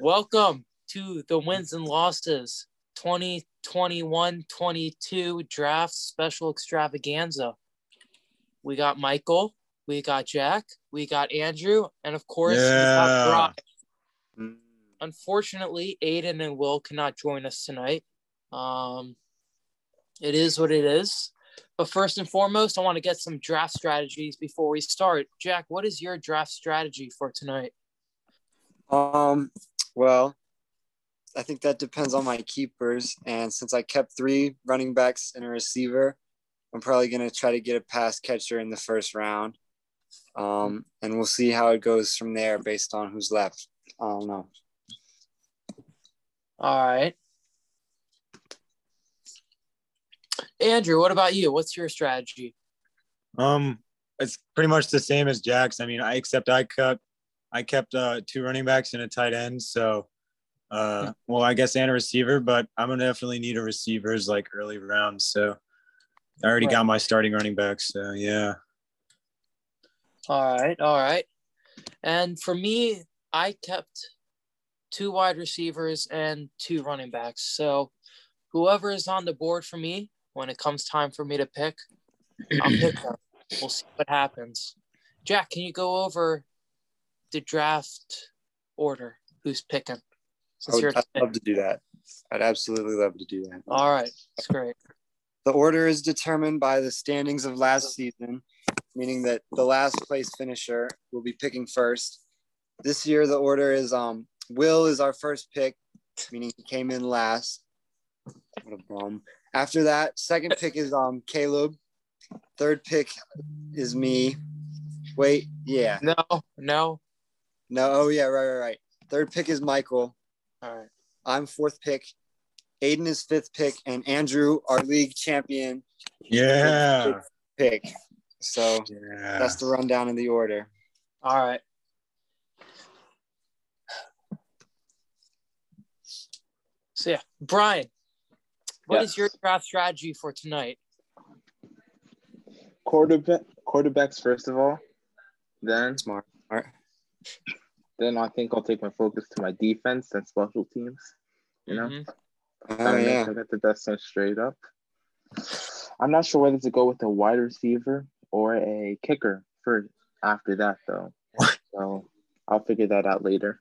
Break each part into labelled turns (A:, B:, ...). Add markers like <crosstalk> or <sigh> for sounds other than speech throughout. A: Welcome to the Wins and Losses 2021 22 Draft Special Extravaganza. We got Michael, we got Jack, we got Andrew, and of course, we
B: Yeah.
A: got Brock. Unfortunately, Aiden and Will cannot join us tonight. Um, it is what it is. But first and foremost, I want to get some draft strategies before we start. Jack, what is your draft strategy for tonight?
C: Um, well, I think that depends on my keepers. And since I kept three running backs and a receiver, I'm probably going to try to get a pass catcher in the first round. Um, and we'll see how it goes from there based on who's left. I don't know.
A: All right. Andrew, what about you? What's your strategy?
B: Um, it's pretty much the same as Jack's. I mean, I except I kept I kept uh, two running backs and a tight end. So, uh, well, I guess and a receiver, but I'm gonna definitely need a receivers like early rounds. So, I already got my starting running back. So yeah,
A: All right, all right. And for me, I kept two wide receivers and two running backs. So whoever is on the board for me when it comes time for me to pick, I'll <clears throat> pick them. We'll see what happens. Jack, can you go over the draft order? Who's picking?
C: Oh, I
A: Since you're
C: would, I'd
A: picking.
C: love to do that. I'd absolutely love to do that.
A: all right, that's great.
C: The order is determined by the standings of last season, meaning that the last place finisher will be picking first. This year, the order is um, Will is our first pick, meaning he came in last. What a bum. After that, second pick is um, Caleb. Third pick is me. Wait, yeah.
A: No, no.
C: No, oh, yeah, right, right, right. Third pick is Michael.
A: All right.
C: I'm fourth pick. Aiden is fifth pick, and Andrew, our league champion,
B: yeah,
C: pick. So
B: yeah.
C: that's the rundown of the order.
A: All right. So yeah, Brian, what is
D: Yes.
A: your draft strategy for tonight?
D: quarterback quarterbacks first of all. Then
C: Smart. All right.
D: then I think I'll take my focus to my defense and special teams. You know,
A: Mhm.
C: Oh
D: make
C: yeah.
D: sure I got the Dustin straight up. I'm not sure whether to go with a wide receiver or a kicker for after that though. so I'll figure that out later.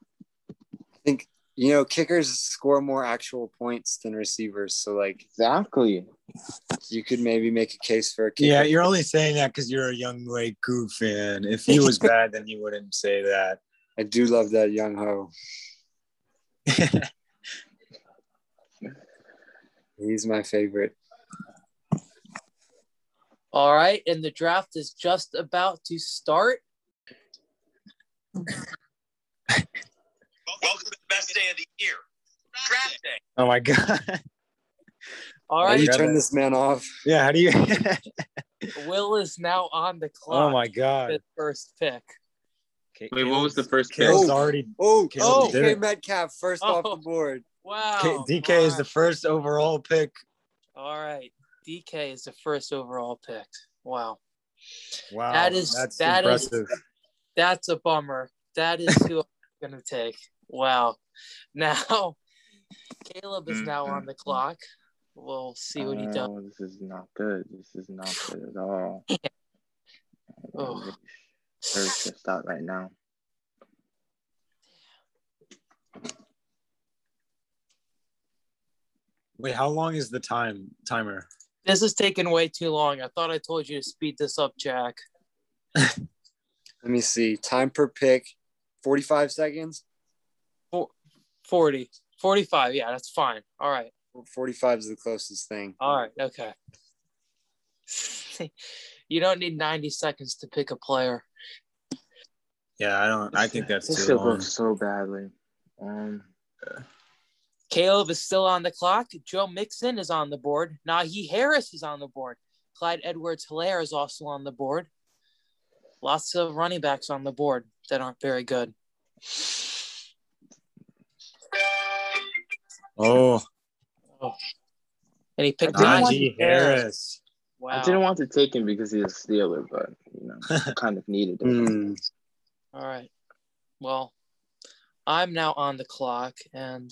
C: I think you know kickers score more actual points than receivers, so like
D: Exactly.
C: you could maybe make a case for a kicker.
B: Yeah, you're only saying that because you're a young Wei Koo fan. If he <laughs> was bad, then you wouldn't say that.
C: I do love that young ho. He's my favorite.
A: All right, and the draft is just about to start.
E: Welcome to the best day of the year. Draft day.
B: <laughs> Oh my god.
A: All
C: How do
A: right,
C: you turn this man off?
B: <laughs> Yeah. How <laughs> do you?
A: Will is now on the clock.
B: oh my god.
A: with first pick.
D: Wait, what was the first pick?
B: Caleb's
C: Oh.
B: already
C: Oh,
B: Caleb
C: oh,
B: did
C: DK
B: it.
C: Metcalf first
A: Oh.
C: off the board.
A: Wow.
B: K- DK is the first overall pick.
A: All right, DK is the first overall pick. Wow.
B: Wow,
A: That is-
B: that's
A: that is-
B: impressive.
A: That's a bummer. That is who I'm <laughs> gonna take. Wow. Now <laughs> Caleb is now on the clock. We'll see what he does.
D: Oh, This is not good. This is not good
A: <laughs>
D: at all.
A: Oh.
D: Very stressed out right now.
B: Wait, how long is the time timer?
A: This is taking way too long. I thought I told you to speed this up, Jack.
C: Let me see. Time per pick, 45 seconds.
A: 40. 45. Yeah, that's fine. All right.
C: 45 is the closest thing.
A: All right. Okay. <laughs> you don't need 90 seconds to pick a player.
B: Yeah, I don't. I think that's
D: This
B: too
D: could
B: long.
D: go so badly. Um,
A: Caleb is still on the clock. Joe Mixon is on the board. Najee Harris is on the board. Clyde Edwards Hilaire is also on the board. Lots of running backs on the board that aren't very good.
B: Oh,
A: And he picked
D: I didn't
B: Najee
D: want-
B: Harris.
A: Wow.
D: I didn't want to take him because he's a Steeler,
B: <laughs> Mm.
D: but you know, kind of needed him.
C: Hmm.
A: All right. Well, I'm now on the clock, and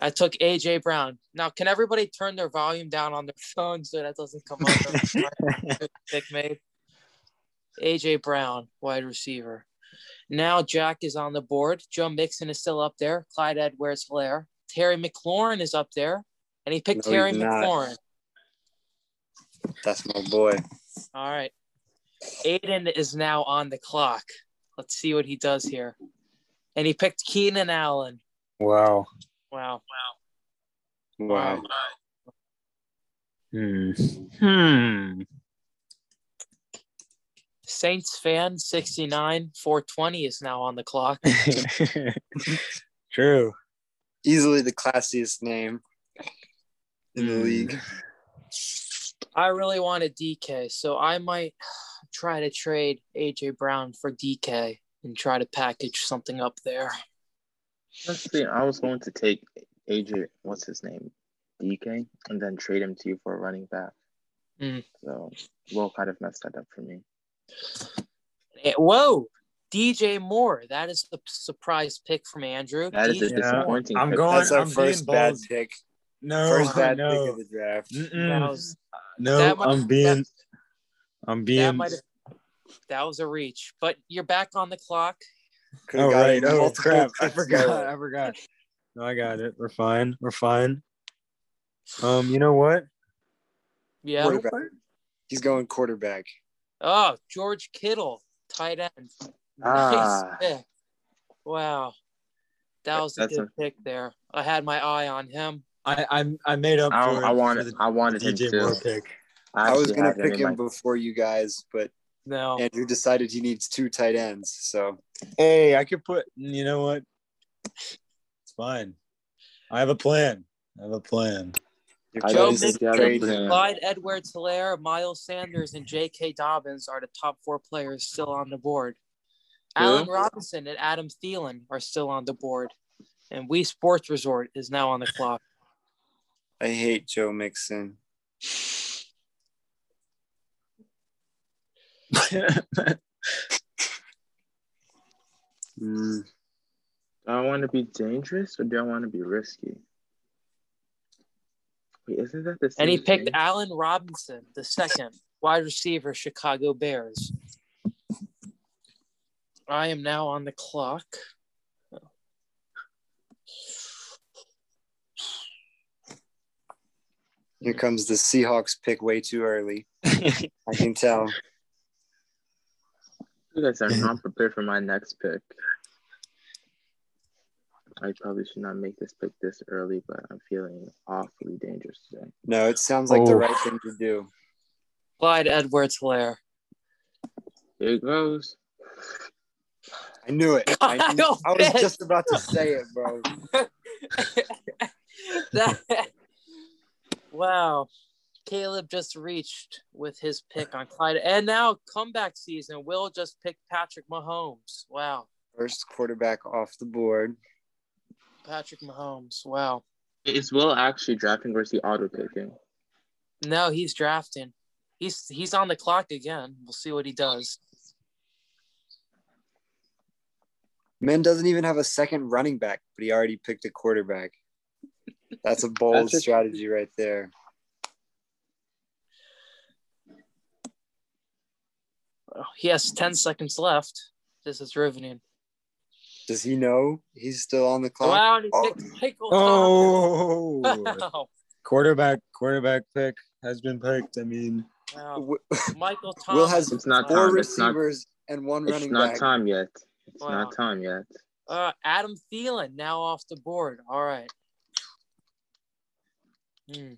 A: I took AJ Brown. Now, can everybody turn their volume down on their <laughs> phone so that doesn't come up? Pick made. AJ Brown, wide receiver. Now Jack is on the board. Joe Mixon is still up there. Clyde Edwards Hilaire. Terry McLaurin is up there. And he picked
C: No,
A: Terry
C: he's not.
A: McLaurin.
C: That's my boy.
A: All right. Aiden is now on the clock. Let's see what he does here. And he picked Keenan Allen.
B: Wow.
A: Wow.
C: Wow.
B: Hmm.
A: <laughs>
B: Hmm.
A: Saints fan 69 420 is now on the
D: <laughs>
A: clock.
B: True.
C: Easily the classiest name in the
B: Hmm.
C: league.
A: I really wanted DK, so I might try to trade AJ Brown for DK and try to package something up there.
D: Honestly, I was going to take AJ, what's his name, DK, and then trade him to you for a running back.
A: Mm.
D: So, Will kind of messed that up for me.
A: Eh, Whoa, DJ Moore. That is the surprise pick from Andrew.
D: That is a
A: DJ
B: Yeah,
D: disappointing.
B: I'm
D: pick.
B: going-
C: That's our
B: I'm being
C: first bad
B: bold.
C: pick.
B: No,
C: First bad pick
B: no,
C: of the draft.
B: Mm-mm.
A: That was-
B: no.
A: that might-
B: I'm being, I'm being.
A: that might have that was a reach, but you're back on the clock.
C: Could
B: oh
C: have gotten
B: right! Oh
C: multiple
B: crap! I
C: picks
B: forgot.
C: lower. <laughs>
B: I forgot. No, I got it. We're fine. We're fine. Um, you know what?
A: Yeah.
C: Quarterback. He's going quarterback.
A: Oh, George Kittle, tight end.
D: Ah.
A: Nice pick. Wow. That was a
D: That's
A: good pick there. I had my eye on him.
B: I I, I made up
D: I,
B: for it
D: I wanted,
B: for the
D: I wanted him
B: DJ
D: too.
B: Moore pick.
C: I was
D: actually
C: gonna
D: had
C: pick
D: in
C: him
D: my- Oh.
C: before you guys, but
A: No.
C: Andrew decided he needs two tight ends. So
B: Hey, I could put. You know what? It's fine. I have a plan. I have a plan. <laughs>
C: your
D: I
A: Joe
D: don't
C: choice is
A: Mixon,
D: think you have a
C: trade
D: plan.
A: Clyde Edwards Hilaire, Miles Sanders, and J.K. Dobbins are the top four players still on the board. Allen Robinson and Adam Thielen are still on the board. And We Sports Resort is now on the clock.
C: I hate Joe Mixon. Mm,
D: Do I want to be dangerous or do I want to be risky? Wait, isn't that the same
A: And he picked
D: thing?
A: Allen Robinson, the second wide receiver, Chicago Bears. I am now on the clock.
C: Here comes the Seahawks pick way too
D: <laughs>
C: early. I can tell.
D: You guys are
B: <laughs>
D: not prepared for my next pick. I probably should not make this pick this early, but I'm feeling awfully dangerous today.
C: No, it sounds like the
B: Oh.
C: right thing to do.
A: Clyde Edwards Hilaire.
D: Here it goes.
C: I knew
D: <laughs>
C: it. I, knew-
A: Kyle
C: I was
A: Pitts.
C: just about to say it, bro.
A: <laughs> That- wow. Caleb just reached with his pick on Clyde. And now comeback season. Will just picked Patrick Mahomes. Wow.
C: First quarterback off the board.
A: Patrick Mahomes. Wow.
D: Is Will actually drafting or is he auto picking?
A: No, he's drafting. He's he's on the clock again. We'll see what he does.
C: Man doesn't even have a second running back, but he already picked a quarterback. That's a bold
D: That's a-
C: strategy right there.
A: Oh, he has 10 seconds left. This is riveting.
C: Does he know he's still on the clock?
A: Wow, and he
C: Oh.
A: picked Michael Thomas.
B: oh, <laughs>
A: Wow.
B: quarterback, quarterback pick has been picked. I mean,
A: Wow.
C: W-
A: Michael Thomas.
C: <laughs> Will has
D: It's not
C: Four
D: time. It's not,
C: receivers and one
D: it's
C: running
D: not
C: back.
D: time yet. It's
A: Wow.
D: not time yet.
A: Uh, Adam Thielen now off the board. All right. Hmm.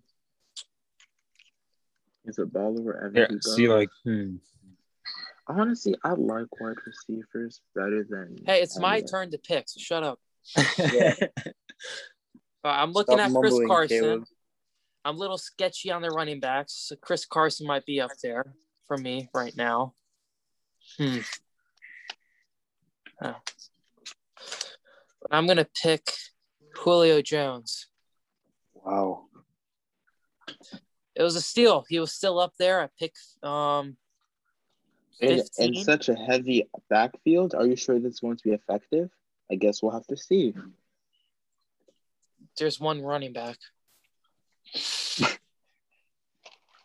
D: Is it baller wherever
B: yeah.
D: he goes?
B: See, like, hmm.
D: Honestly, I like wide receivers better than.
A: Hey, it's my
D: Yeah.
A: turn to pick. So shut up.
C: Yeah.
A: Uh, I'm looking
C: Stop
A: at Chris
C: mumbling,
A: Carson.
C: Caleb.
A: I'm a little sketchy on the running backs. So Chris Carson might be up there for me right now. Hmm. Oh. I'm gonna pick Julio Jones.
C: Wow.
A: It was a steal. He was still up there. I picked um
D: In,
A: 15?
D: in such a heavy backfield, are you sure this is going to be effective? I guess we'll have to see.
A: There's one running back.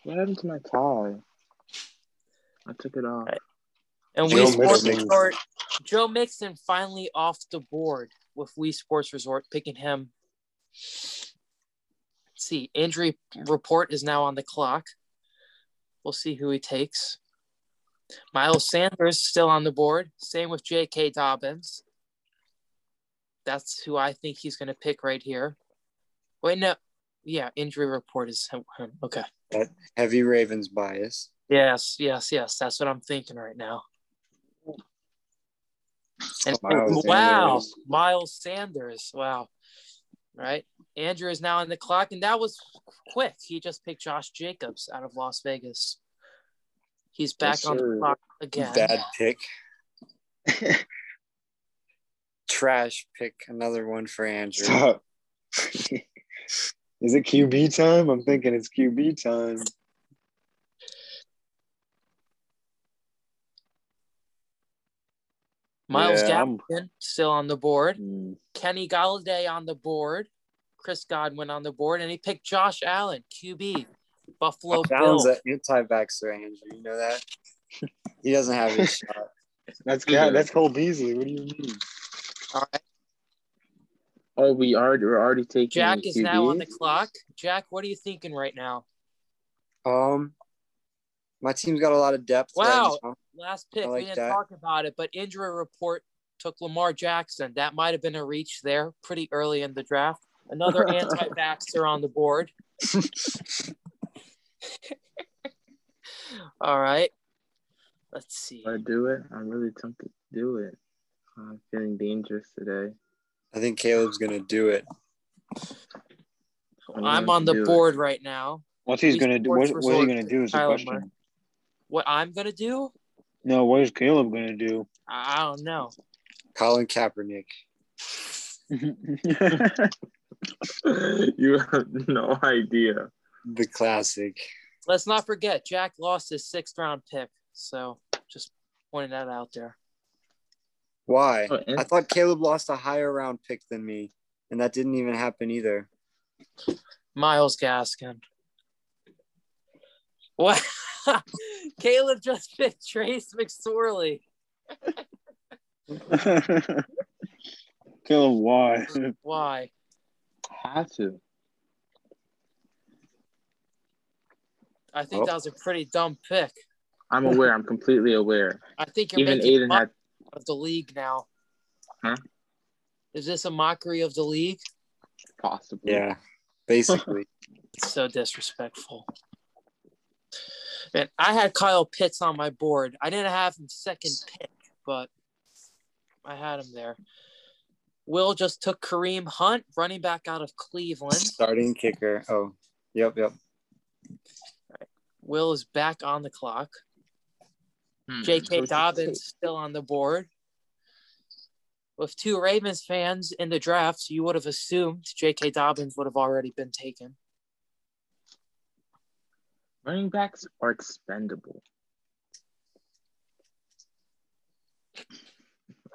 D: What happened to my tie? I took it off.
A: Right. And
B: Joe
A: Wii Sports
B: Mixon.
A: Resort, Joe Mixon finally off the board with Wii Sports Resort picking him. Let's see, injury report is now on the clock. We'll see who he takes. Miles Sanders still on the board. Same with J.K. Dobbins. That's who I think he's going to pick right here. Wait, no. Yeah, injury report is him. him. Okay.
C: Heavy Ravens bias.
A: Yes, yes, yes. That's what I'm thinking right now. And-
C: Miles
A: wow,
C: Sanders.
A: Miles Sanders. Wow. All right. Andrew is now on the clock, and that was quick. He just picked Josh Jacobs out of Las Vegas. He's back
C: Yes,
A: on
C: sir.
A: the clock again.
C: Bad pick.
D: <laughs>
C: Trash pick. Another one for Andrew.
B: Stop. Is it QB time? I'm thinking it's QB time.
A: Miles
D: Yeah, I'm-
A: Gabbard still on the board.
D: Hmm.
A: Kenny Galladay on the board. Chris Godwin on the board, and he picked Josh Allen, QB, Buffalo Bills.
C: Allen's an anti-vaxxer, Andrew. You know that. He doesn't have
D: <laughs>
C: his shot.
B: That's yeah,
D: Hmm.
B: that's Cole Beasley. What do you mean?
A: All right.
D: Oh, we are. We're already taking.
A: Jack is now on the
D: QBs?
A: clock. Jack, what are you thinking right now?
C: Um, my team's got a lot of depth. right
A: Wow.
C: now.
A: Last pick,
C: I
A: we
C: like
A: didn't
C: that.
A: talk about it, but injury report took Lamar Jackson. That might have been a reach there pretty early in the draft. Another anti vaxxer on the board. <laughs> All right. Let's see.
D: If I do it, I'm really tempted to do it. I'm feeling dangerous today.
C: I think Caleb's gonna do it.
D: I'm
A: I'm
D: going
A: on
D: to
A: the
D: do it.
A: board right now.
B: What's he's
A: Wii
B: gonna do? What,
A: Sports
B: what are you
A: Resort
B: gonna do? Is the
A: Kyler
B: question.
A: Murray. What I'm going to do?
B: No, what is Caleb gonna do? <laughs>
A: I I don't know.
C: Colin Kaepernick.
D: <laughs> you have no idea.
C: The classic.
A: Let's not forget, Jack lost his sixth round pick. So just pointing that out there.
C: Why?
D: Oh, and-
C: I thought Caleb lost a higher round pick than me, and that didn't even happen either.
A: Miles Gaskin. What? <laughs> Caleb just <laughs> picked Trace McSorley.
D: <laughs>
B: Caleb, why?
A: Why?
D: had to.
A: I think that was a pretty dumb pick.
D: I'm aware. I'm completely aware.
A: I think you're
D: Even
A: making
D: Aiden
A: mockery
D: had.
A: of the league now.
D: Huh?
A: Is this a mockery of the league?
D: Possibly.
C: Yeah,
A: <laughs>
C: basically.
A: It's so disrespectful. Man, I had Kyle Pitts on my board. I didn't have him second pick, but I had him there. Will just took Kareem Hunt, running back out of Cleveland.
C: Starting kicker. Oh, yep, yep.
A: Will is back on the clock.
D: Hmm. So
A: J.K.
D: it's-
A: Dobbins still on the board. With two Ravens fans in the draft, you would have assumed J.K. Dobbins would have already been taken.
D: Running backs are expendable.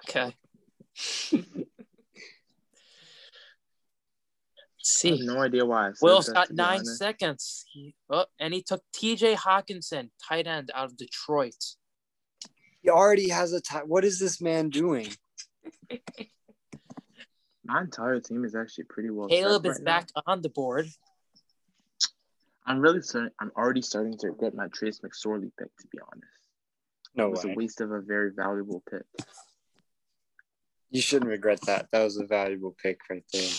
A: Okay. Let's
D: I have
A: see.
D: no idea why. I said
A: Will's
D: that,
A: got
D: to be
A: nine
D: honest.
A: seconds. He, oh, and he took T.J. Hawkinson, tight end out of Detroit.
C: He already has a tie. What is this man doing?
D: My entire team is actually pretty well. set
A: Caleb is
D: right now.
A: back on the board.
D: I'm really starting. I'm already starting to regret my Trace McSorley pick. To be honest,
C: No
D: it was a
C: way.
D: waste of a very valuable pick.
C: You shouldn't regret that. That was a valuable pick right there.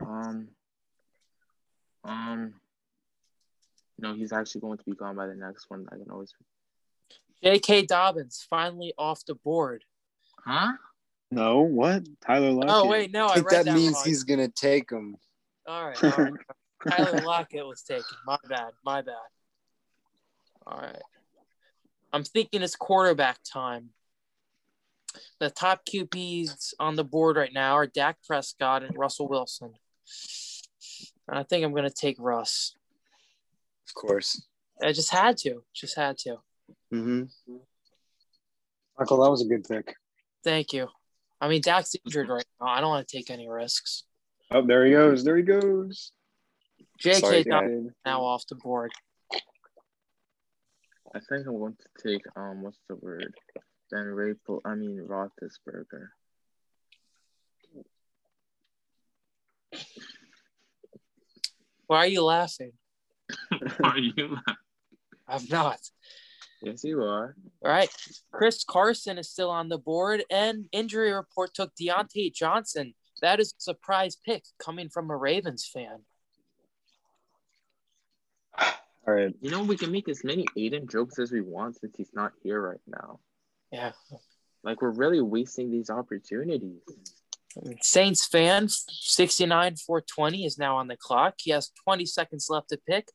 D: Um, um, no, he's actually going to be gone by the next one. I can always.
A: J.K. Dobbins finally off the board.
D: Huh?
B: No, what? Tyler Lockett.
A: Oh, wait, no,
C: I
A: I
C: think
A: read
C: that,
A: that,
C: means
A: wrong.
C: he's gonna take him.
A: All right, all right. Tyler Lockett was taken. My bad. My bad. All right. I'm thinking it's quarterback time. The top QBs on the board right now are Dak Prescott and Russell Wilson. And I think I'm going to take Russ.
C: Of course.
A: I just had to. Just had to.
C: Mm-hmm.
F: Michael, that was a good pick.
A: Thank you. I mean, Dak's injured right now. I don't want to take any risks.
F: Oh, there he goes. There he goes.
A: JK
F: Sorry,
A: Dobbins
F: David.
A: now off the board.
D: I think I want to take um what's the word? Ben Rapel I mean Roethlisberger.
A: Why are you laughing?
D: <laughs> Are <laughs> you?
A: I'm not.
D: Yes, you are.
A: All right. Chris Carson is still on the board, and injury report took Deontay Johnson. That is a surprise pick coming from a Ravens fan.
F: All right.
D: You know we can make as many Aiden jokes as we want since he's not here right now.
A: Yeah.
D: Like we're really wasting these opportunities.
A: Saints fan, 69 420 is now on the clock. He has 20 seconds left to pick.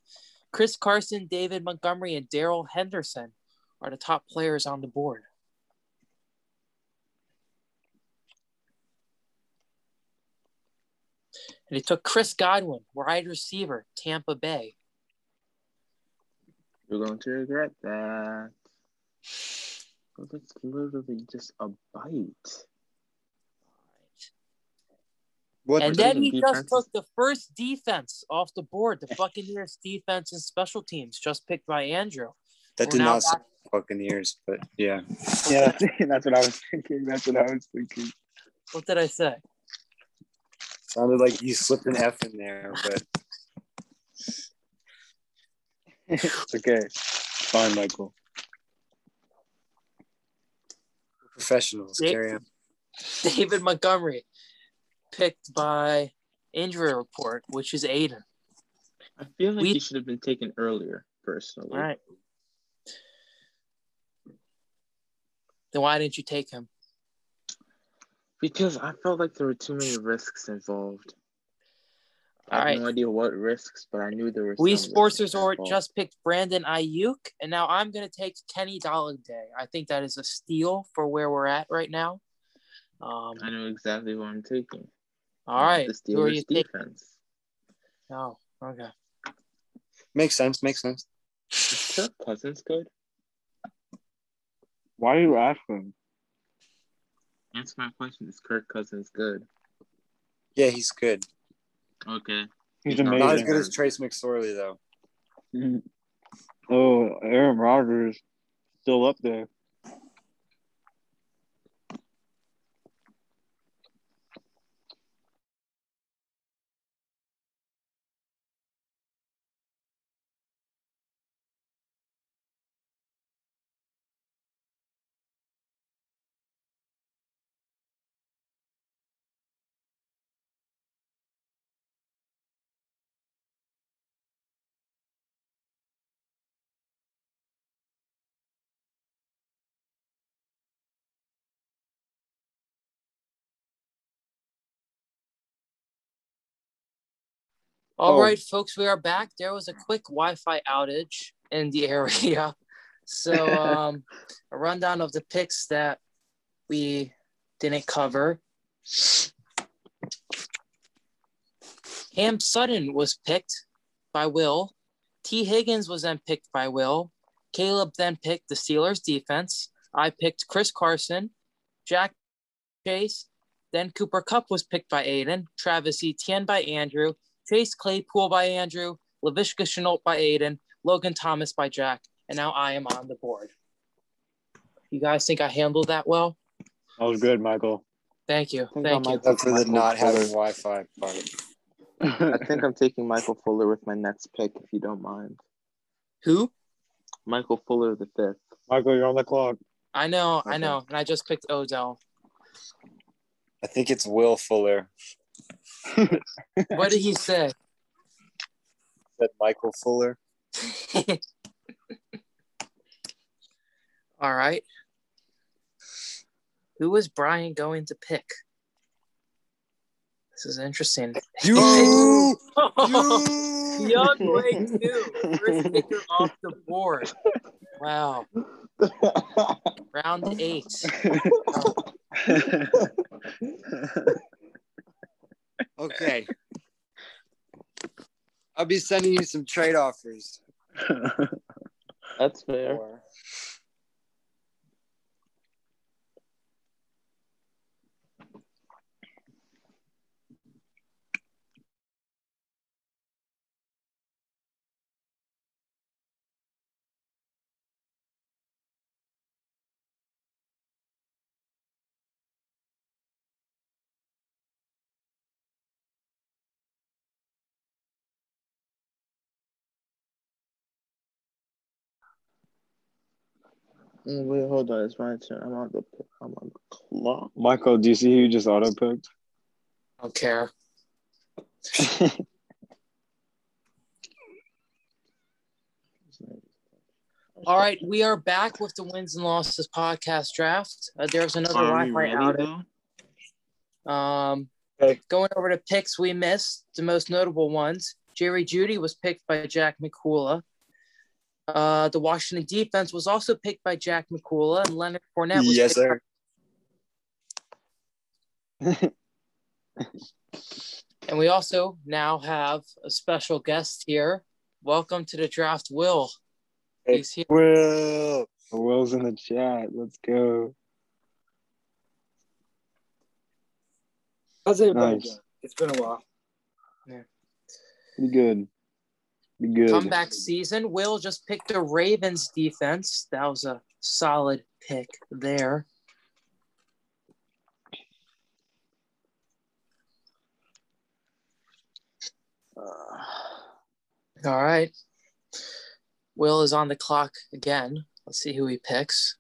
A: Chris Carson, David Montgomery, and Daryl Henderson are the top players on the board. And he took Chris Godwin, wide receiver, Tampa Bay.
D: You're going to regret that. Well, that's literally just a bite.
C: What
A: And
D: we're
A: then
D: taking
A: he just
D: defenses.
A: took the first defense off the board, the Buccaneers defense and special teams, just picked by Andrew.
C: that
A: We're
C: did
A: now
C: not
A: back-
C: sound Buccaneers, but yeah.
F: Yeah, that's what I was thinking. That's what I was thinking.
A: What did I say? <laughs>
C: Sounded like you slipped an F in there, but
F: It's okay. Fine, Michael.
C: professionals
A: Yeah.
C: carry on.
A: David Montgomery, picked by injury report, which is Aiden.
D: I feel like
A: We-
D: he should have been taken earlier, personally.
A: All right. Then why didn't you take him?
D: Because I felt like there were too many risks involved.
A: All
D: I have
A: right.
D: no idea what risks, but I knew there were.
A: We
D: some
A: Sports
D: risks
A: Resort
D: involved.
A: just picked Brandon Ayuk, and now I'm going to take Kenny Galladay. I think that is a steal for where we're at right now. Um,
D: I know exactly what I'm taking.
A: all right.
D: The
A: Who are you
D: Steelers
A: taking?
D: defense.
A: Oh, okay.
C: Makes sense. Makes sense.
D: Is Kirk Cousins good?
F: Why are you laughing?
D: Answer my question. Is Kirk Cousins good?
C: Yeah, he's good.
D: Okay.
F: He's
D: He's not
C: Not as
F: amazing.
C: good as Trace McSorley though.
F: Mm. Oh, Aaron Rodgers still up there.
A: All
F: Oh.
A: right, folks, we are back. There was a quick Wi-Fi outage in the <laughs> area, so um, a rundown of the picks that we didn't cover. Cam Sutton was picked by Will. T. Higgins was then picked by Will. Caleb then picked the Steelers defense. I picked Chris Carson, Jack Chase. Then Cooper Cup was picked by Aiden, Travis Etienne by Andrew, Chase Claypool by Andrew, LaVishka Chenault by Aiden, Logan Thomas by Jack, and now I am on the board. You guys think I handled that well?
F: That was good, Michael.
A: Thank you.
D: I think I
A: Thank you.
D: might
C: Except for the
D: Michael
C: not having
D: <laughs> Fuller.
C: Wi-Fi part.
D: I think I'm taking Michael Fuller with my next pick, if you don't mind.
A: Who?
D: Michael Fuller the fifth.
F: Michael, you're on the clock.
A: I know, I
D: Okay.
A: know. And I just picked Odell.
C: I think it's Will Fuller.
A: What did he say?
C: That Michael Fuller.
A: All right. Who is Brian going to pick? This is interesting.
C: You.
A: <laughs> Young Wei too. First kicker off the board. Wow. Round eight.
C: Okay. I'll be sending you some trade offers.
D: <laughs> That's fair.
C: Or-
D: Mm, Wait, hold on. It's my turn. I'm on the I'm on the clock.
B: Michael, do you see who you just auto picked?
A: I don't care. All right, we are back with the wins and losses podcast draft. Uh, there's another
D: Are
A: Wi-Fi
D: we ready,
A: outage.
D: though?
A: Um,
B: Okay.
A: Going over to picks we missed, the most notable ones. Jerry Judy was picked by Jack McCula. Uh, the Washington defense was also picked by Jack McCula, and Leonard Fournette was
B: Yes,
A: picked by-
B: sir.
A: <laughs> And we also now have a special guest here. Welcome to the draft, Will.
F: Hey.
A: He's here.
F: Will. Will's in the chat. Let's go.
G: How's everybody
F: Nice.
G: doing? It's been a while.
F: Be good. Be good.
A: Comeback season. Will just picked the Ravens defense. That was a solid pick there. Uh, All right. Will is on the clock again. Let's see who he picks.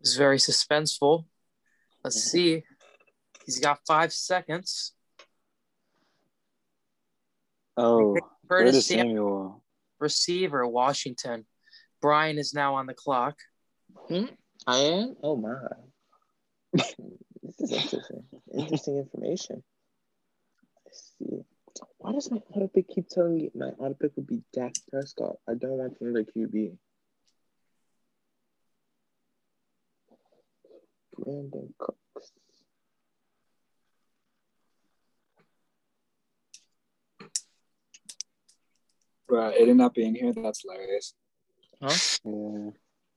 A: It's very suspenseful. Let's see. He's got five seconds.
F: Oh, Curtis
A: Curtis Samuel,
F: Samuel.
A: receiver, Washington. Brian is now on the clock.
D: I am? Oh my. this is interesting. interesting information. I see. Why does my auto pick keep telling me my auto pick would be Dak Prescott? I don't want another QB. Brandon Cooks.
G: Bruh, Aiden not being here, that's hilarious.
F: Yeah.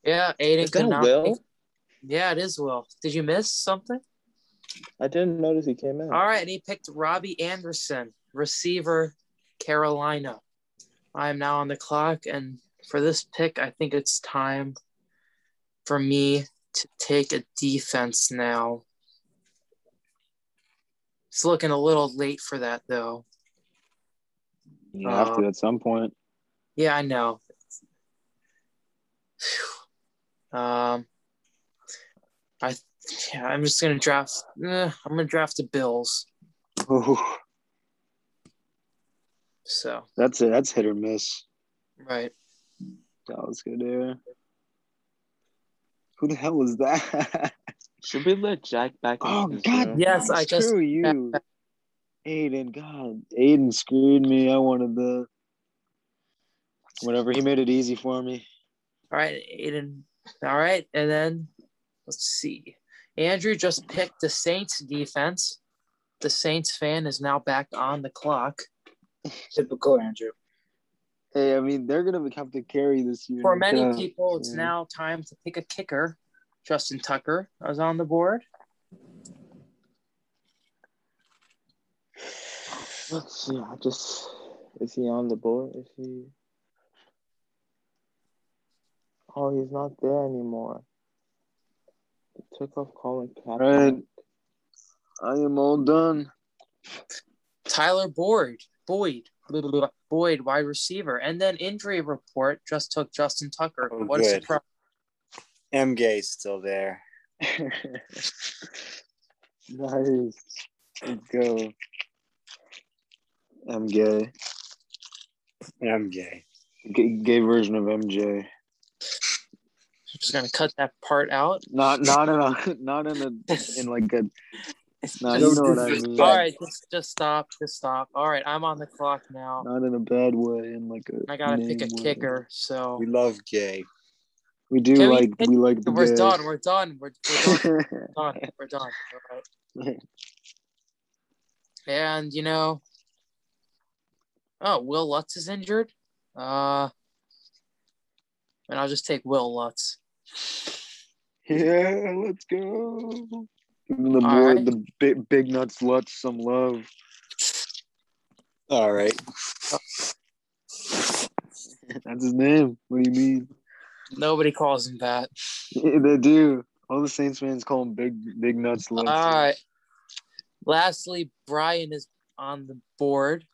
A: Yeah,
D: Is
A: Aiden could
D: that
A: not.
D: Will?
A: Yeah, it is Will. Did you miss something?
D: I didn't notice he came in.
A: All right, and he picked Robbie Anderson, receiver, Carolina. I am now on the clock, and for this pick, I think it's time for me to take a defense now. It's looking a little late for that, though.
F: You have to at some point.
A: Yeah, I know. Phew. Um, I yeah, I'm just gonna draft. eh, I'm gonna draft the Bills.
F: Ooh,
A: So
F: that's it. That's hit or miss.
A: right,
F: Dallas good there. Who the hell was that? <laughs>
D: Should we let Jack back in?
F: oh
D: the
F: God!
D: room?
A: Yes, I just-
F: screw you, Aiden. God, Aiden screwed me. I wanted the whatever. He made it easy for me.
A: all right, Aiden. All right, and then let's see. Andrew just picked the Saints defense. The Saints fan is now back on the clock.
G: Typical Andrew.
F: Hey, I mean they're gonna have to carry this year.
A: For many
F: Yeah.
A: people, it's
F: Yeah.
A: now time to pick a kicker. Justin Tucker is on the board.
D: Let's see. I just is he on the board? Is he? Oh, he's not there anymore. It took off Colin Kaepernick.
F: Right. I am all done.
A: Tyler Boyd, Boyd, blah, blah, blah, Boyd, wide receiver, and then injury report just took Justin Tucker.
C: Oh,
A: what a
C: good.
A: surprise!
C: M. Gay's still there.
D: <laughs>
F: Nice. Let's go. MJ.
C: M. Gay.
F: Gay, gay version of MJ.
A: I'm just gonna cut that part
F: <laughs>
A: out.
F: Not not in a <laughs> not in a in like a not you
A: Just-
F: know what I mean.
A: All right, just just stop, just stop. All right, I'm on the clock now.
F: Not in a bad way, in like a
A: I gotta pick a
F: name way.
A: kicker. So
C: We love Gay.
F: We do
A: Can we-
F: like we,
D: <laughs>
F: like <laughs> the
A: we're
F: gay.
A: done. We're done. We're, we're done. We're done. We're done. All right. And you know, oh, Will Lutz is injured. Uh, and I'll just take Will Lutz.
F: Yeah, let's go. Giving the
A: All
F: boy,
A: right.
F: the big, big nuts sluts some love.
C: All right.
F: <laughs> That's his name. What do you mean?
A: Nobody calls him that.
F: they do. All the Saints fans call him big, big nuts sluts.
A: All right. Lastly, Brian is on the board.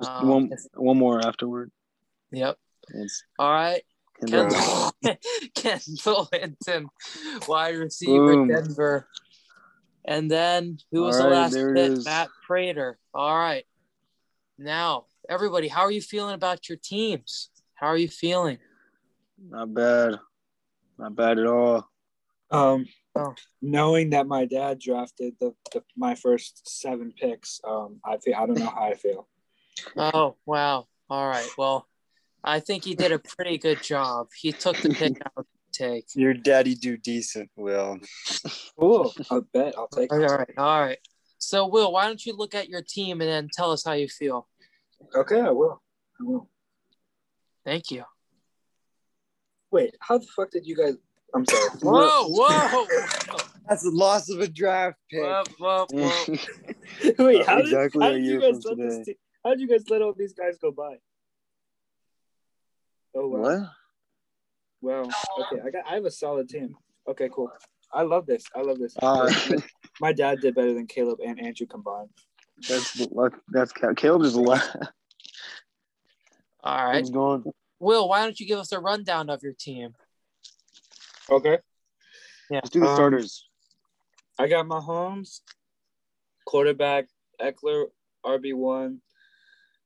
F: Just
A: Um,
F: one, one more afterward.
A: Yep.
F: It's
A: All right.
F: Kendall.
A: Kendall, <laughs> Kendall Hinton, wide receiver,
F: Boom.
A: Denver. And then who was
F: All
A: the
F: right,
A: last
F: there it
A: pick?
F: is.
A: Matt Prater. All right. Now, everybody, how are you feeling about your teams? How are you feeling?
F: Not bad. Not bad at all.
G: Um,
A: Oh.
G: knowing that my dad drafted the, the my first seven picks, um, I feel I don't know how I feel.
A: Oh, wow. All right. Well, I think he did a pretty good job. He took the pick I would take.
C: Your daddy do decent, Will.
G: Cool, I bet I'll take.
A: All
G: it.
A: right. All right. So, Will, why don't you look at your team and then tell us how you feel?
G: Okay, I will. I will.
A: Thank you.
G: Wait, how the fuck did you guys? I'm <laughs> sorry.
F: <laughs>
A: Whoa, whoa,
C: That's the loss of a draft pick.
A: whoa, whoa, whoa.
F: <laughs>
G: Wait, how
F: Exactly
G: did,
F: a
G: how did
F: year
G: you
F: from
G: guys let this?
F: today.
G: T- how did you guys let all these guys go by? Oh wow.
D: What?
G: Wow. Okay, I got. I have a solid team. Okay, cool. I love this. I love this.
F: Uh,
G: My dad did better than Caleb and Andrew combined.
D: That's the luck. That's Cal- Caleb just left.
A: All right.
F: it's going.
A: Will, why don't you give us a rundown of your team?
G: Okay.
F: Let's do the
G: Um,
F: starters.
G: I got Mahomes, quarterback, Eckler, RB1,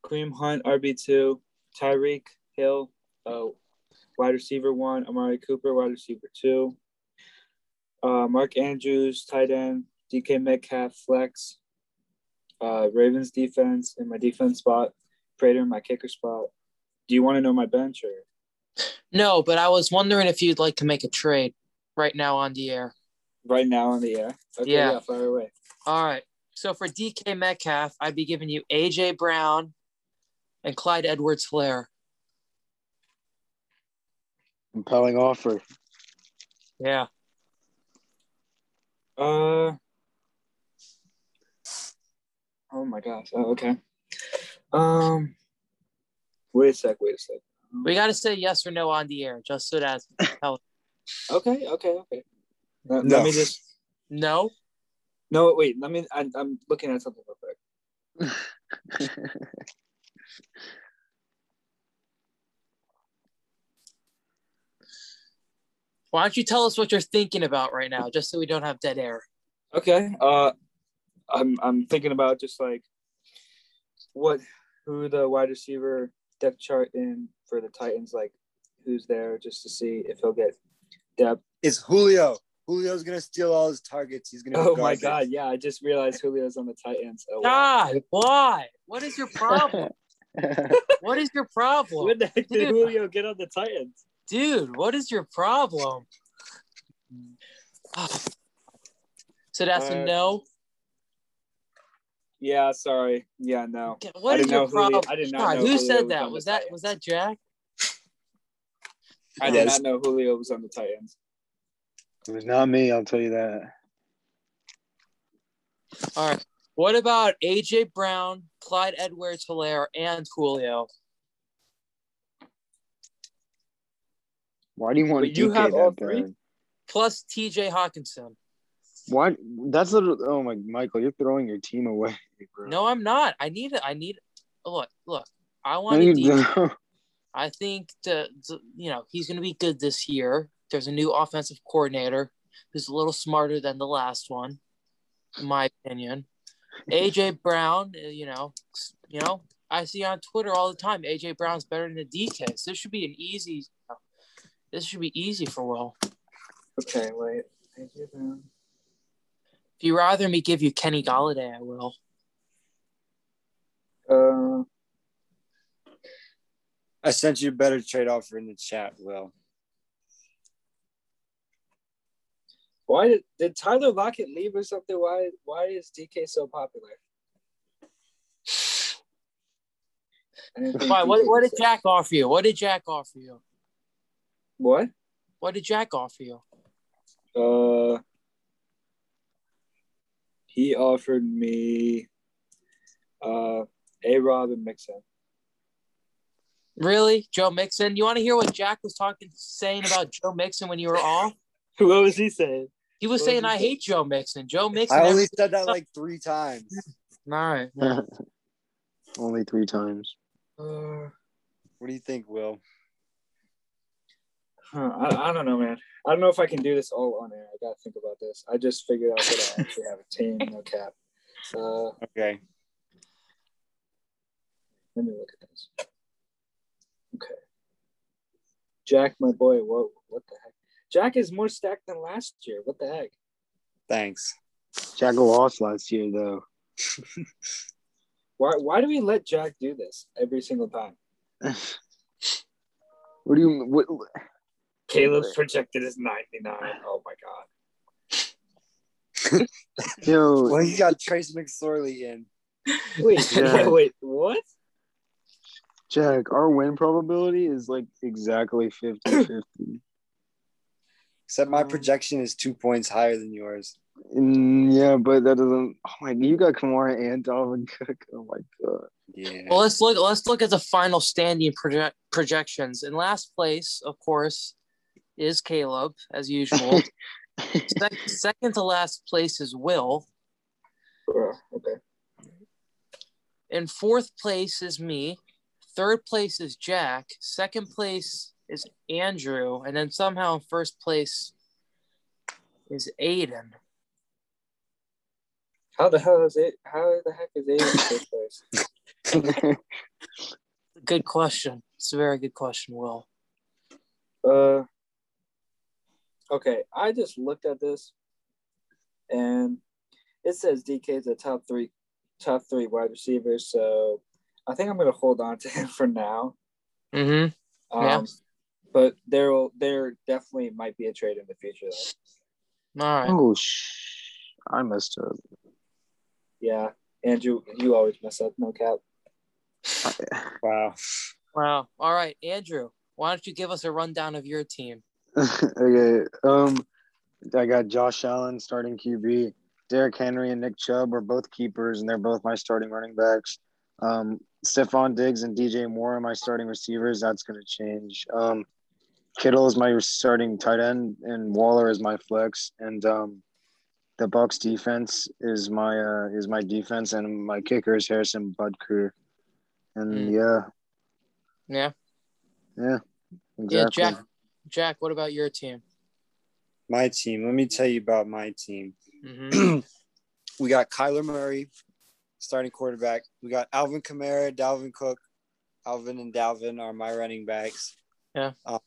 G: Kareem Hunt, RB2, Tyreek Hill, uh, wide receiver 1, Amari Cooper, wide receiver 2, uh, Mark Andrews, tight end, DK Metcalf, flex, uh, Ravens defense in my defense spot, Prater in my kicker spot. Do you want to know my bench or?
A: No, but I was wondering if you'd like to make a trade right now on the air.
G: Right now on the air. Okay,
A: Yeah.
G: yeah, fire away.
A: All right. So for DK Metcalf, I'd be giving you AJ Brown and Clyde Edwards Flair.
F: Compelling offer.
A: Yeah.
G: Uh. Oh my gosh. Oh, okay. Um. Wait a sec. Wait a sec.
A: We got to say yes or no on the air, just so that
G: Okay. Okay. Okay. Let,
C: No.
G: let me just.
A: no.
G: No. Wait. Let me. I, I'm looking at something real quick.
A: Why don't you tell us what you're thinking about right now, just so we don't have dead air?
G: Okay. Uh, I'm I'm thinking about just like what who the wide receiver depth chart in for the Titans like who's there just to see if he'll get depth.
C: It's Julio. Julio's gonna steal all his targets. He's gonna. be
G: Oh my
C: garbage.
G: God! Yeah, I just realized Julio's on the Titans. Oh, wow.
A: God, why? What is your
D: <laughs>
A: problem? what is your problem?
G: When the heck <laughs> did Julio get on the Titans?
A: Dude, what is your problem? <sighs> So that's a
G: Uh,
A: no.
G: Yeah, sorry. Yeah, no.
A: Okay,
G: I
A: What is
G: didn't
A: your
G: know Julio-
A: problem?
G: I did not
A: God,
G: know
A: who
G: Julio
A: said
G: was
A: that?
G: on
A: Was
G: the
A: that
G: Titans.
A: was that Jack?
G: I
C: Yes.
G: did not know Julio was on the Titans.
F: It was not me. I'll tell you that.
A: All right. What about AJ Brown, Clyde Edwards Hilaire, and Julio?
F: <laughs> Why do you want
G: But you
F: DK
G: have
F: that
G: all three?
F: bad?
A: Plus TJ Hawkinson.
F: Why? That's a. Oh my, Michael, you're throwing your team away, bro.
A: No, I'm not. I need it. I need look, look. I
F: No,
A: want
F: you
A: to
F: don't.
A: I think the, the you know he's going to be good this year. There's a new offensive coordinator who's a little smarter than the last one, in my opinion. AJ Brown, uh, you know, s- you know, I see on Twitter all the time. AJ Brown's better than the DK. So this should be an easy. This should be easy for Will.
G: Okay, wait. Thank you, man.
A: If you rather me give you Kenny Galladay, I will.
G: Uh,
C: I sent you a better trade offer in the chat, Will.
G: why did, did Tyler Lockett leave or something? Why why is DK so popular? And then
A: Why, what, what did Jack offer you? What did Jack offer you?
G: What?
A: What did Jack offer you?
G: Uh, he offered me uh, A Rob and Mixon.
A: Really, Joe Mixon? You want to hear what Jack was talking, saying about Joe Mixon when you were off?
G: <laughs> What was he saying?
A: He was
G: What
A: saying,
G: did he
A: "I
G: say?
A: hate Joe Mixon." Joe Mixon.
C: I
A: every-
C: only said that like three times.
A: All right.
F: <laughs> Only three times.
G: Uh,
C: What do you think, Will?
G: huh, I, I don't know, man. I don't know if I can do this all on air. I gotta think about this. I just figured out that I actually have a team, no cap. Uh,
C: Okay.
G: let me look at this. Okay. Jack, my boy, what what the heck? Jack is more stacked than last year. What the heck?
C: Thanks.
F: Jack lost last year though.
G: Why why do we let Jack do this every single time?
F: What do you? What,
G: Caleb's projected is 99. Oh my god.
F: yo,
C: Well, you got Trace McSorley in.
G: <laughs> Wait,
F: Jack.
G: wait, what?
F: Jack, our win probability is like exactly 50-50.
C: <clears throat> Except my
G: Um,
C: projection is two points higher than yours.
F: Mm, yeah, but that doesn't. Oh my, you got Kamara and Dalvin Cook. Oh my god.
C: Yeah.
A: Well, let's look. Let's look at the final standing project, projections. In last place, of course, is Caleb as usual. Sec- second to last place is Will.
G: Bro, okay.
A: In fourth place is me. Third place is Jack. Second place is Andrew, and then somehow in first place is Aiden.
G: How the hell is it? How the heck is it in first place?
A: Good question. It's a very good question, Will.
G: Uh, okay, I just looked at this, and it says DK is the top three, top three wide receivers. So I think I'm gonna hold on to <laughs> him for now.
A: Mm-hmm.
G: Um,
A: Yeah.
G: But there will there definitely might be a trade in the future. Though.
A: All right.
F: oh shh, I messed up.
G: Yeah, Andrew, you always mess up. No cap.
C: wow.
A: Wow. All right, Andrew. Why don't you give us a rundown of your team?
F: <laughs> okay. Um, I got Josh Allen starting QB. Derrick Henry and Nick Chubb are both keepers, and they're both my starting running backs. Um, Stephon Diggs and DJ Moore are my starting receivers. That's going to change. Um, Kittle is my starting tight end, and Waller is my flex. And um, the Bucks defense is my uh, is my defense, and my kicker is Harrison Butker. And
A: Yeah.
F: yeah, yeah, exactly.
A: Yeah, Jack. Jack, what about your team?
C: My team. Let me tell you about my team.
A: Mm-hmm.
F: <clears throat>
C: we got Kyler Murray, starting quarterback. We got Alvin Kamara, Dalvin Cook. Alvin and Dalvin are my running backs.
A: Yeah.
C: Um,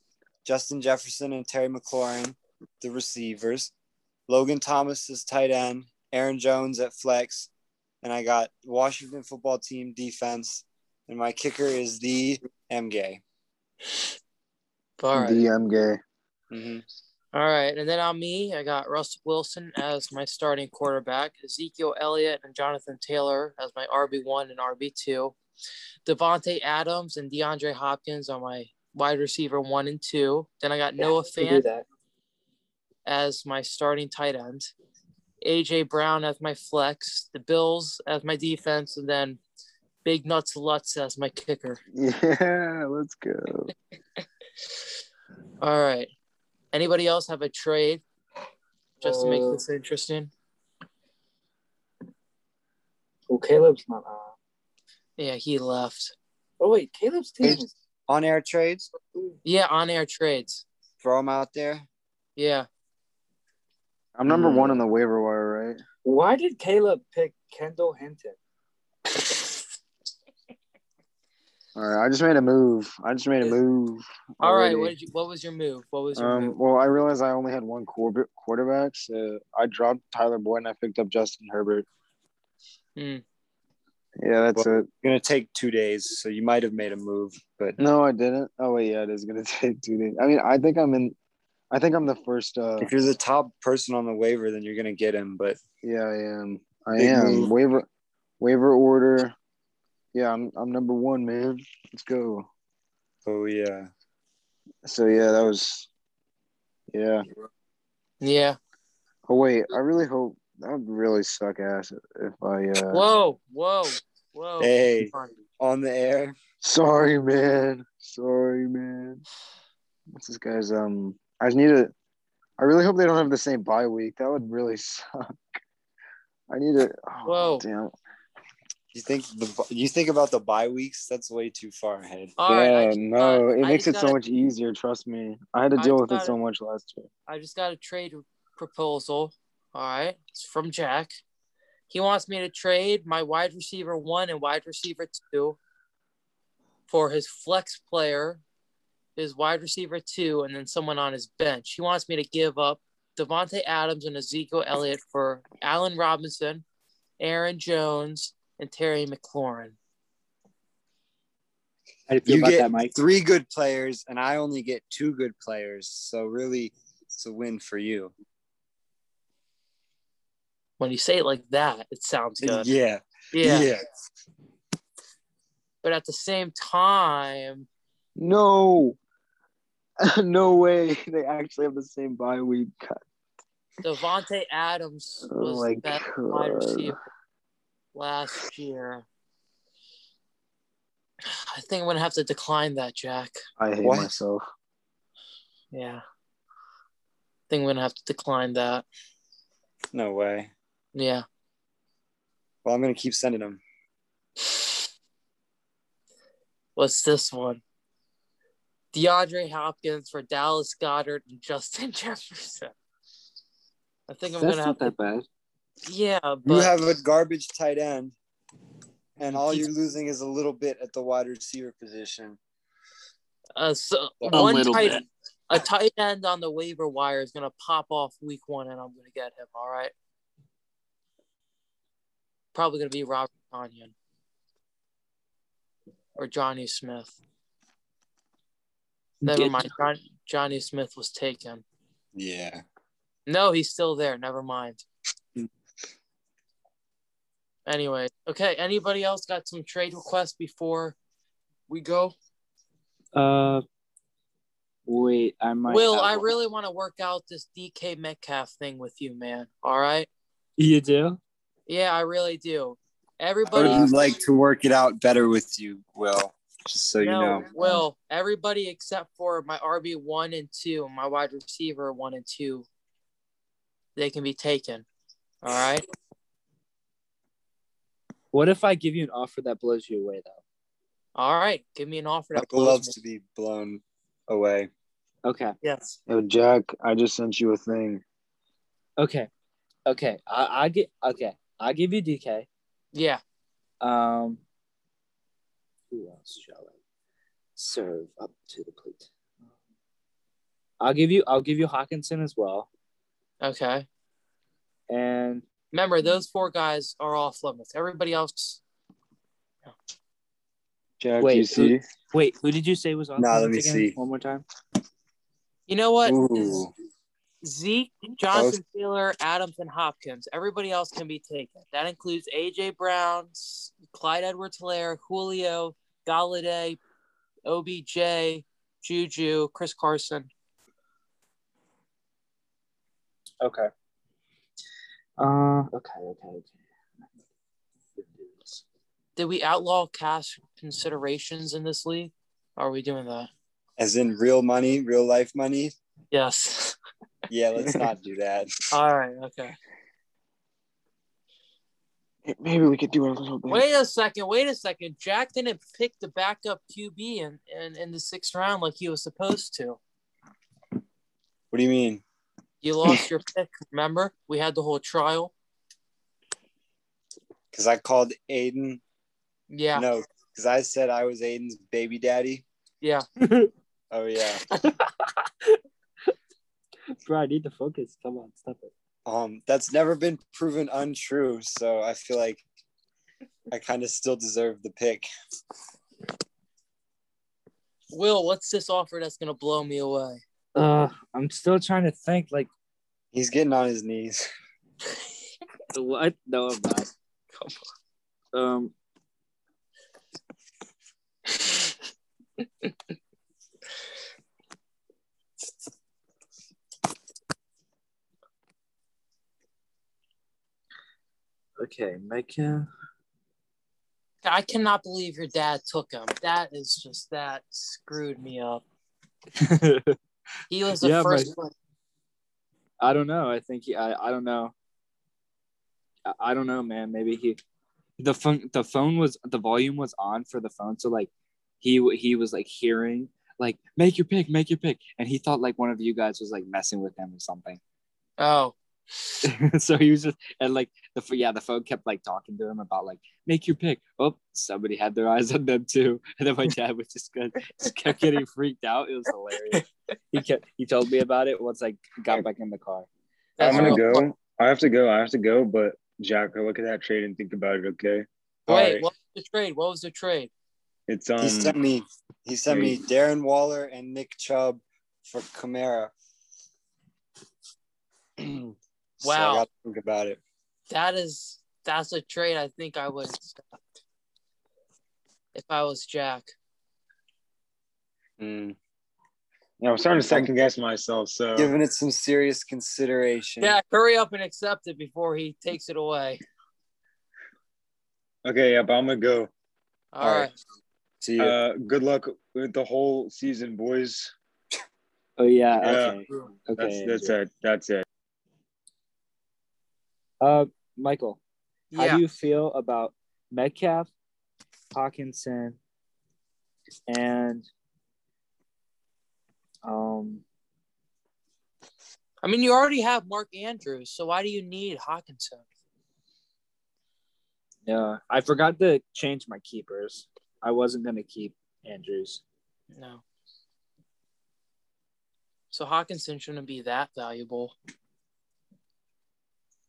C: Justin Jefferson and Terry McLaurin, the receivers. Logan Thomas is tight end. Aaron Jones at flex. And I got Washington football team defense. And my kicker is the MG.
A: All right.
F: DM gay.
C: Mm-hmm.
A: All right, and then on me, I got Russell Wilson as my starting quarterback, Ezekiel Elliott and Jonathan Taylor as my RB1 and RB2, Devontae Adams and DeAndre Hopkins on my wide receiver one and two. Then I got Noah
G: You can do
A: Fant
G: that.
A: as my starting tight end, AJ Brown as my flex, the Bills as my defense, and then Big Nuts Lutz as my kicker.
F: <laughs> Yeah, let's go.
A: <laughs> All right. Anybody else have a trade just to make
G: Uh,
A: this interesting?
G: Well, Caleb's not on.
A: Yeah, he left.
G: Oh wait, Caleb's team is.
C: On air trades,
A: Yeah, on air trades.
C: throw them out there.
A: Yeah.
F: I'm number
C: Mm.
F: one on the waiver wire, right?
G: Why did Caleb pick Kendall Hinton?
F: All right, I just made a move. I just made a
A: Is-
F: move.
A: All
F: already.
A: right. What did you? What was your move? What was your
F: um,
A: move?
F: well, I realized I only had one quarter- quarterback, so I dropped Tyler Boyd and I picked up Justin Herbert.
A: Hmm.
F: Yeah, that's it.
C: Gonna take two days, so you might have made a move, but
F: No, I didn't. Oh wait, yeah, it is gonna <laughs> take two days. I mean, I think I'm in. I think I'm the first. Uh,
C: if you're the top person on the waiver, then you're gonna get him. But
F: yeah, I am. I
C: Big
F: am
C: move.
F: waiver waiver order. Yeah, yeah, I'm I'm number one, man. Let's go.
B: Oh
C: uh,
B: yeah.
F: So yeah, that was yeah.
A: Yeah.
F: Oh wait, I really hope that would really suck ass if I uh
A: Whoa, whoa, whoa.
C: Hey. on the air.
F: sorry man. Sorry man. What's this guy's um I just need to I really hope they don't have the same bye week. That would really suck. I need to oh,
A: Whoa.
F: damn.
C: You think the you think about the bye weeks? That's way too far ahead.
A: All right. I
F: yeah,
A: just
F: no,
A: got-
F: it
A: I
F: makes it
A: just
F: so
A: got
F: much easier, trust me. I had to
A: I
F: deal
A: just
F: with it
A: got
F: so much last year.
A: I just got a trade proposal. All right. It's from Jack. He wants me to trade my wide receiver one and wide receiver two for his flex player, his wide receiver two, and then someone on his bench. He wants me to give up Devontae Adams and Ezekiel Elliott for Allen Robinson, Aaron Jones, and Terry McLaurin.
H: How do you feel
C: You
H: about
C: get
H: that, Mike?
C: three good players, and I only get two good players. So really, it's a win for you.
A: When you say it like that, it sounds good.
C: Yeah,
A: Yeah. But at the same time,
F: No. <laughs> no way. They actually have the same bye week. God,
A: Devontae Adams
F: <laughs> Oh
A: was
F: my
A: the best wide
F: God.
A: receiver last year. I think I'm gonna have to decline that, Jack.
F: I hate
C: What?
F: myself.
A: Yeah. I think I'm gonna have to decline that.
C: No way.
A: Yeah.
C: Well, I'm gonna keep sending them.
A: What's this one? DeAndre Hopkins for Dallas Goddard and Justin <laughs> Jefferson. I think I'm
H: That's
A: gonna
H: not
A: have to
H: that bad.
A: Yeah,
C: You
A: but
C: have a garbage tight end, and all
A: He's-
C: you're losing is a little bit at the wide receiver position.
A: uh, so
H: A
A: one
H: little
A: tight
H: bit.
A: a tight end on the waiver wire is gonna pop off week one and I'm gonna get him, all right? Probably gonna be Robert Onion or Johnny Smith. Never
H: Get-
A: mind. John, Johnny Smith was taken.
C: Yeah.
A: No, he's still there. Never mind. Anyway, okay. Anybody else got some trade requests before we go?
H: Uh, wait, I might.
A: Will,
H: have
A: I
H: one.
A: really want to work out this DK Metcalf thing with you, man. All right.
G: You do?
A: Yeah, I really do.
C: I
A: Everybody,
C: would like to work it out better with you, Will. Just so <laughs> you
A: no,
C: know.
A: Will, everybody except for my RB one and two, my wide receiver one and two, they can be taken. All right.
H: What if I give you an offer that blows you away, though?
A: All right. Give me an offer that
C: Michael
A: blows
C: loves
A: me.
C: to be blown away.
H: Okay.
A: Yes.
F: Yo, Jack, I just sent you a thing.
H: Okay. Okay. I, I get. Okay. I give you DK.
A: Yeah.
H: Um, who else shall I serve up to the plate? I'll give you. I'll give you Hawkinson as well,
A: Okay.
H: and
A: Remember, those four guys are off limits. Everybody else,
F: Jack,
H: Wait,
F: you
H: who-
F: see?
H: Wait, who did you say was on?
C: Nah, let
H: limits
C: me
H: again?
C: see.
H: One more time.
A: you know what? Is
C: Ooh.
A: Zeke, Johnson, Taylor, Adams, and Hopkins. Everybody else can be taken. That includes AJ Brown, S- Clyde Edwards Hilaire, Julio, Galladay, OBJ, Juju, Chris Carson.
H: Okay. Uh. Okay. Okay. Okay.
A: Did we outlaw cash considerations in this league? Are we doing that?
C: As in real money, real life money.
A: Yes. <laughs>
C: Yeah, let's not do that.
A: All right. Okay.
F: Maybe we could do it a little bit.
A: Wait a second. Wait a second. Jack didn't pick the backup QB in, in, in the sixth round like he was supposed to.
C: What do you mean?
A: You lost your pick, remember? We had the whole trial.
C: Because I called Aiden.
A: Yeah,
C: No, because I said I was Aiden's baby daddy.
A: yeah.
C: Oh, yeah.
H: Bro, I need to focus. Come on, stop it.
C: Um, that's never been proven untrue. So I feel like I kind of still deserve the pick.
A: Will, what's this offer that's gonna blow me away?
H: Uh, I'm still trying to think. Like
C: He's getting on his knees.
H: what? No, I'm not.
A: Come
H: Um,
G: Okay, Micah.
A: I cannot believe your dad took him. That is just that screwed me up. He was the
G: Yeah,
A: first
G: but-
A: one.
G: I don't know. I think he. I, I don't know. I, I don't know, man. Maybe he. The phone. The phone was the volume was on for the phone, so like, he w- he was like hearing like make your pick, make your pick, and he thought like one of you guys was like messing with him or something. <laughs>
A: Oh,
G: so he was just and like the ph- yeah the phone kept like talking to him about like make your pick. Oh, somebody had their eyes <laughs> on them too, and then my dad was just, gonna, just kept getting freaked out. It was hilarious. He kept he told me about it once I got back in the car.
A: that's
B: I'm gonna
A: what-
B: go. I have to go. I have to go. But Jack, look at that trade and think about it. Okay. All
A: Wait,
B: right.
A: what was the trade? What was the trade?
B: It's um.
C: He sent me he sent me Darren Waller and Nick Chubb for Kamara. <clears throat> wow. So I
A: Wow.
C: gotta think about it.
A: That is that's a trade. I think I would accept if I was Jack.
B: Mm. Yeah, I'm starting to second guess myself. So
C: Giving it some serious consideration.
A: Jack, hurry up and accept it before he takes it away.
B: okay, yeah, but I'm gonna go.
A: All
C: All
A: right.
C: right. See you.
B: Uh, good luck with the whole season, boys.
G: Oh yeah,
B: Yeah.
G: okay,
B: That's
G: okay.
B: that's it. That's it.
G: Uh, Michael, how
A: Yeah.
G: do you feel about Metcalf, Hawkinson, and um?
A: I mean, you already have Mark Andrews, so why do you need Hawkinson?
G: Yeah, I forgot to change my keepers. I wasn't gonna keep Andrews.
A: No. So Hawkinson shouldn't be that valuable.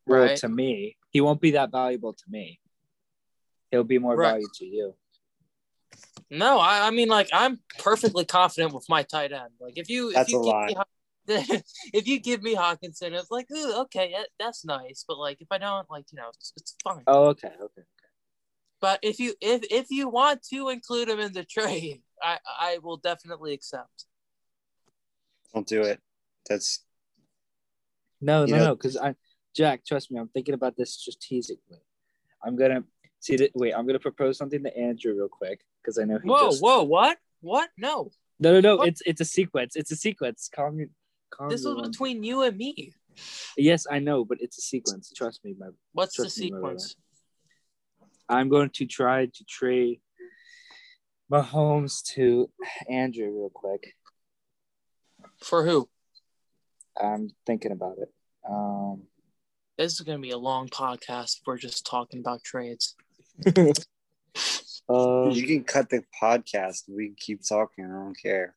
G: Well,
A: Right.
G: to me, he won't be that valuable to me. He'll be more
A: Right.
G: value to you.
A: No, I, I mean, like I'm perfectly confident with my tight end. Like if you if
C: That's
A: you
C: a
A: give
C: lie.
A: me Haw- <laughs> if you give me Hawkinson, it's like ooh, okay, that- that's nice. But like if I don't, like you know, it's, it's fine.
G: Oh, okay, okay.
A: But if you if if you want to include him in the trade, <laughs> I I will definitely accept.
C: Don't do it. That's
G: No,
C: You
G: no,
C: know-
G: no, because I, Jack, trust me, I'm thinking about this strategically. I'm gonna see. The, wait, I'm gonna propose something to Andrew real quick because I know he
A: Whoa,
G: just.
A: whoa, what? What? No,
G: No, no, no.
A: What?
G: It's it's a sequence. It's a sequence. Calm your,
C: Oh,
G: calm
A: this
G: your
A: was
G: own-
A: between you and me.
G: Yes, I know, but it's a sequence. Trust me, my.
A: What's the
G: Trust me, my
A: sequence?
G: I'm going to try to trade Mahomes to Andrew real quick.
A: For who?
G: I'm thinking about it. Um,
A: This is gonna be a long podcast. We're just talking about trades.
G: um,
C: you can cut the podcast. We can keep talking. I don't care.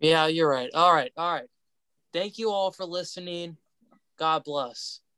A: Yeah, you're right. All right, all right. Thank you all for listening. God bless.